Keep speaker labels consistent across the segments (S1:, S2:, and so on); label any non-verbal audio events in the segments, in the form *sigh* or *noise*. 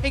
S1: Hey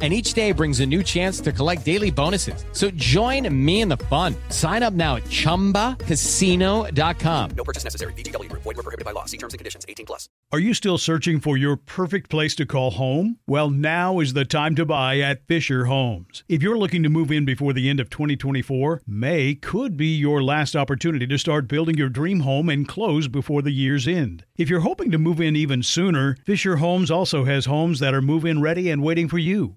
S1: and each day brings a new chance to collect daily bonuses. So join me in the fun. Sign up now at ChumbaCasino.com.
S2: No purchase necessary. VGW Group. Void were prohibited by law. See terms and conditions. 18 plus.
S3: Are you still searching for your perfect place to call home? Well, now is the time to buy at Fisher Homes. If you're looking to move in before the end of 2024, May could be your last opportunity to start building your dream home and close before the year's end. If you're hoping to move in even sooner, Fisher Homes also has homes that are move in ready and waiting for you,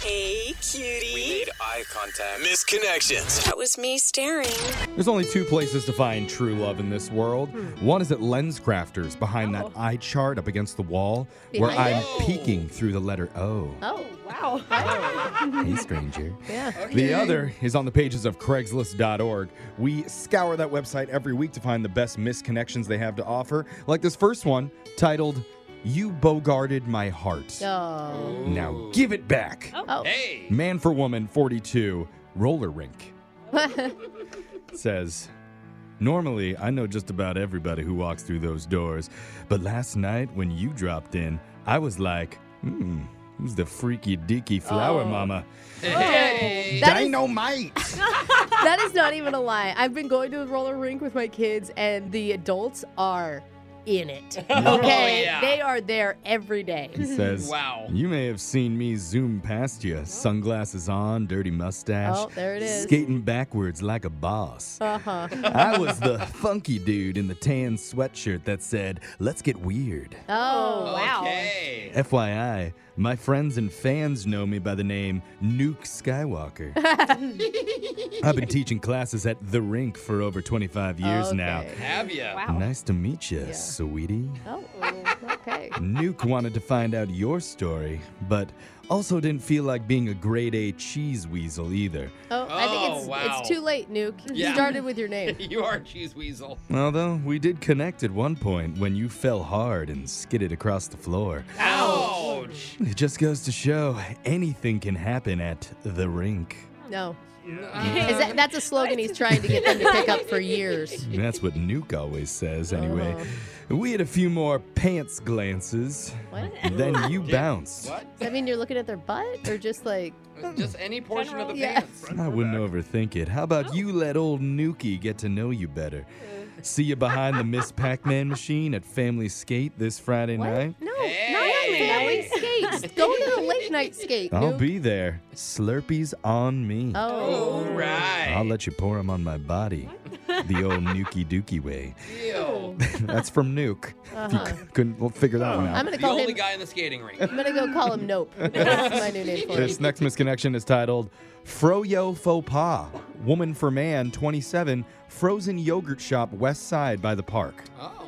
S4: Hey, cutie.
S5: Made eye contact. Misconnections.
S4: That was me staring.
S6: There's only two places to find true love in this world. One is at Lens Crafters, behind that eye chart up against the wall, where
S7: Behind
S6: I'm peeking through the letter O.
S7: Oh,
S8: Wow.
S6: Hey, stranger.
S7: *laughs* yeah.
S6: The other is on the pages of Craigslist.org. We scour that website every week to find the best misconnections they have to offer, like this first one titled, You Bogarted My Heart.
S7: Oh.
S6: Now give it back.
S7: Oh.
S5: Hey.
S6: Man for Woman 42,
S7: *laughs*
S6: Roller Rink. says, Normally, I know just about everybody who walks through those doors, but last night when you dropped in, I was like, hmm, who's the freaky deaky flower
S7: Oh.
S6: mama?
S5: Hey.
S7: That is-
S6: Dynamite!
S7: that is not even a lie. I've been going to the roller rink with my kids, and the adults are in it. Okay,
S5: yeah.
S7: they are there every day.
S6: he *laughs* says,
S5: Wow.
S6: You may have seen me zoom past you, sunglasses on, dirty mustache,
S7: Oh, there it is.
S6: skating backwards like a boss.
S7: Uh huh.
S6: I was the funky dude in the tan sweatshirt that said, Let's get weird.
S7: Oh,
S8: wow.
S5: Okay.
S6: FYI, my friends and fans know me by the name
S7: *laughs*
S6: Nuke Skywalker. I've been teaching classes at the rink for over 25 years now.
S7: Okay.
S5: Have ya?
S8: Wow.
S6: Nice to meet you,
S7: Yeah.
S6: sweetie.
S7: Oh, okay.
S6: Nuke wanted to find out your story, but also didn't feel like being a grade A cheese weasel either.
S7: Oh, I think it's
S5: Oh, wow.
S7: it's too late, Nuke. You
S5: Yeah.
S7: started with your name.
S5: *laughs* You are a cheese weasel.
S6: Although we did connect at one point when you fell hard and skidded across the floor.
S5: Ouch.
S6: It just goes to show anything can happen at the rink.
S7: No. Is that, that's a slogan he's trying to get them to pick up for years.
S6: That's what Nuke always says, anyway. We had a few more pants glances.
S7: Oh. What? Does *laughs*
S6: Then you bounced.
S5: What?
S7: that mean you're looking at their butt or just like,
S5: Just any portion of the
S7: Yeah.
S5: pants.
S6: I wouldn't overthink it. How about you
S7: Oh.
S6: let old Nuki get to know you better?
S7: Uh.
S6: See you behind
S7: *laughs*
S6: the Miss Pac Man machine at Family Skate this Friday night.
S7: no,
S5: Hey.
S7: not family
S5: *laughs*
S7: skates. Go to the late night skate,
S6: I'll
S7: Nuke.
S6: be there. Slurpees on me.
S7: oh.
S5: All right.
S6: I'll let you pour 'em on my body.
S7: *laughs*
S6: The old Nuki Dookie way.
S5: Ew.
S6: *laughs* That's from Nuke.
S7: Uh-huh.
S6: If you couldn't we'll figure that one out.
S7: I'm gonna
S5: The
S7: call
S5: only
S7: him.
S5: guy in the skating rink.
S7: *laughs* I'm gonna go call him
S5: *laughs*
S7: Nope. That's my new name for him.
S6: This next misconnection is titled Froyo Faux Pas, Woman for Man 27, Frozen Yogurt Shop West Side by the Park.
S5: Oh.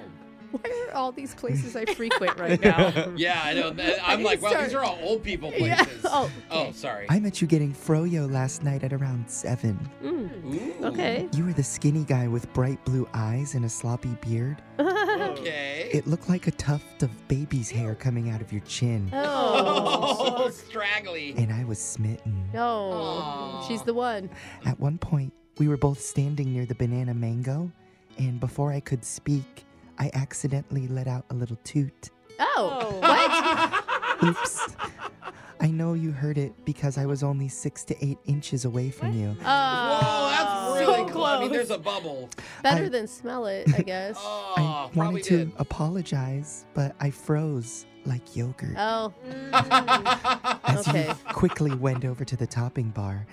S7: Where are all these places I frequent
S9: *laughs*
S7: right now?
S5: Yeah, I
S7: *laughs*
S5: know. I'm
S7: need
S5: like,
S7: to
S5: wow, these
S7: start-
S5: are all old people
S7: *laughs* Yeah.
S5: places.
S7: Oh,
S5: Oh, sorry.
S9: I met you getting froyo last night at around 7.
S7: mm,
S5: Ooh.
S7: okay. *laughs*
S9: You were the skinny guy with bright blue eyes and a sloppy beard.
S7: *laughs*
S5: Okay.
S9: It looked like a tuft of baby's hair coming out of your chin,
S7: Oh.
S5: Oh, straggly.
S9: and I was smitten.
S7: No. She's the one.
S9: At one point, We were both standing near the banana mango, and before I could speak, I accidentally let out a little toot.
S7: Oh, what?
S9: *laughs* Oops. I know you heard it because I was only six to eight inches away from you.
S7: Uh,
S5: Whoa, that's really
S7: so
S5: cool. I mean,
S7: close.
S5: there's a bubble.
S7: Better
S9: I-
S7: than smell it, I guess.
S5: Oh,
S9: I
S5: probably
S9: wanted to
S5: did. *laughs*
S9: apologize, but I froze like yogurt
S7: oh,
S9: as
S7: okay.
S9: you quickly went over to the topping bar.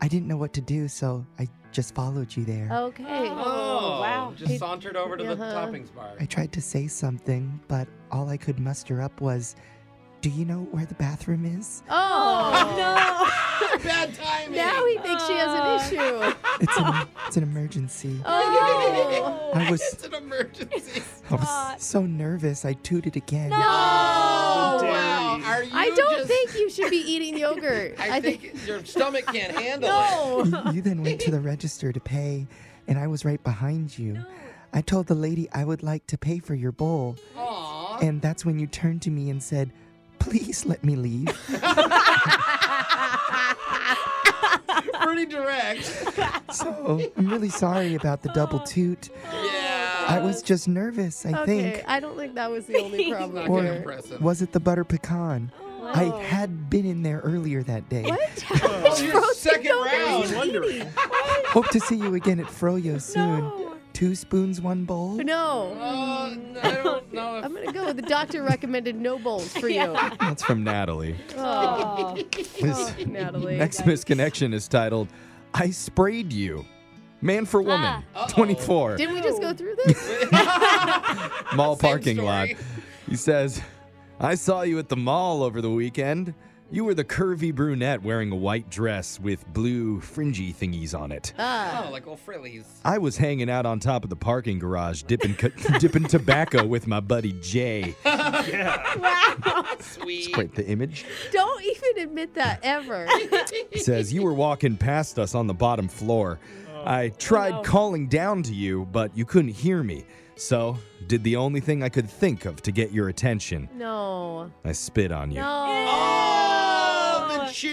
S9: I didn't know what to do, so I just followed you there.
S7: okay.
S5: Oh,
S8: wow.
S5: Just sauntered over to the
S7: Uh-huh.
S5: toppings bar. *laughs*
S9: I tried to say something, but all I could muster up was, Do you know where the bathroom is?
S7: Oh,
S5: Bad timing.
S7: Now he thinks she has an issue.
S9: It's an, it's an emergency.
S7: Oh.
S9: I was,
S5: It's an emergency.
S9: I was so nervous, I tooted again.
S5: Oh, wow. Are you
S7: I don't
S5: just- *laughs*
S7: think you should be eating yogurt.
S5: I, think, your stomach
S7: *laughs*
S5: can't handle it.
S7: no.
S9: *laughs* You, you then went to the register to pay, and I was right behind you. I told the lady I would like to pay for your bowl,
S5: Aw.
S9: and that's when you turned to me and said, Please let me leave.
S5: *laughs* Pretty direct. Oh.
S9: so I'm really sorry about the double toot.
S5: Yeah.
S9: I was just nervous, I
S7: Okay,
S9: think.
S7: I don't think that was the only problem.
S5: *laughs* Not gonna
S7: here.
S5: impress him.
S9: Was it the butter pecan? I
S7: Oh.
S9: had been in there earlier that day.
S5: Oh, your second round.
S9: Hope to see you again
S7: *laughs*
S9: at Froyo soon. Two spoons, one bowl.
S7: No.
S5: Oh, no, I
S7: *laughs*
S5: don't know if
S7: I'm gonna go with the doctor recommended no bowls
S5: *laughs*
S7: for you.
S6: That's from
S7: *laughs*
S6: Natalie. This
S7: Natalie.
S6: next misconnection is titled "I Sprayed You." Man for woman, 24,
S7: Ah. Didn't we just go through this?
S6: *laughs* mall parking lot.
S5: story.
S6: He says, I saw you at the mall over the weekend. You were the curvy brunette wearing a white dress with blue fringy thingies on it.
S5: Oh, like old frillies.
S6: I was hanging out on top of the parking garage dipping co- *laughs* dipping tobacco with my buddy Jay.
S5: Sweet.
S6: Wait, the image?
S7: don't even admit that ever.
S5: *laughs*
S6: He says, You were walking past us on the bottom floor. I tried calling down to you, but you couldn't hear me. So, did the only thing I could think of to get your attention.
S7: No.
S6: I spit on you.
S7: No.
S5: Oh,
S7: *laughs*
S5: the chew.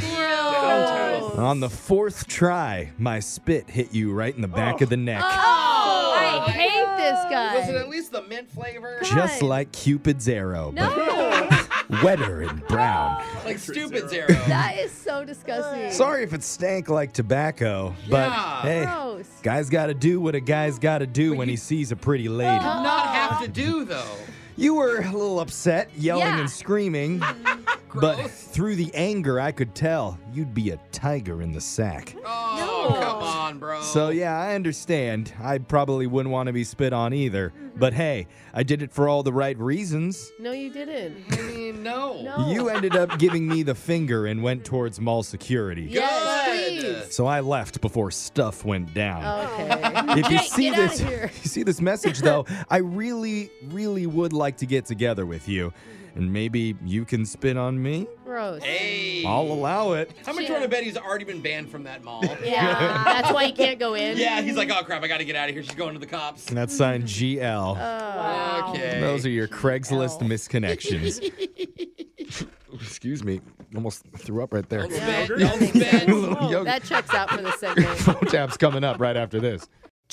S5: Ew.
S6: On the fourth try, my spit hit you right in the back of the
S7: Oh.
S6: neck.
S7: I hate this guy.
S5: Oh Was it at least the mint flavor?
S6: Just
S7: God.
S6: like Cupid's arrow,
S5: *laughs*
S6: but wetter and brown.
S5: Like stupid zero.
S7: That is so disgusting.
S6: Sorry if it stank like tobacco, but
S5: Yeah.
S6: hey,
S7: Gross.
S6: guy's got to do what a guy's got to do when he sees a pretty lady.
S7: Oh.
S5: Not have to do though.
S6: You were a little upset, yelling
S7: Yeah. *laughs*
S6: and screaming, but through the anger, I could tell you'd be a tiger in the sack.
S5: Oh, come on, bro.
S6: So, yeah, I understand. I probably wouldn't want to be spit on either. But hey, I did it for all the right reasons.
S7: No, you
S5: *laughs*
S7: didn't.
S5: I mean, no.
S7: No.
S6: You ended up giving me the finger and went towards mall security.
S7: Yes,
S5: Good.
S6: So I left before stuff went down.
S7: Okay.
S6: If you
S7: Jake,
S6: see
S7: Oh. get outta
S6: this,
S7: here.
S6: if *laughs* you see this message
S7: *laughs*
S6: though, I really, really would like to get together with you,
S7: Mm-hmm.
S6: and maybe you can spit on me.
S7: Gross.
S5: Hey.
S6: I'll allow it.
S5: How much want to bet he's already been banned from that mall?
S7: Yeah. That's why you can't go in.
S5: yeah, he's like, oh crap, I gotta get out of here. She's going to the cops.
S6: And that's signed
S7: Mm-hmm.
S6: GL.
S7: Oh.
S5: Okay.
S6: Those are your Craigslist misconnections.
S7: *laughs*
S6: *laughs* Excuse me, almost threw up right there. *laughs*
S5: Don't spit, don't spit.
S6: Little yogurt.
S7: That checks out for the segment.
S6: *laughs* Phone tap's coming up right after this.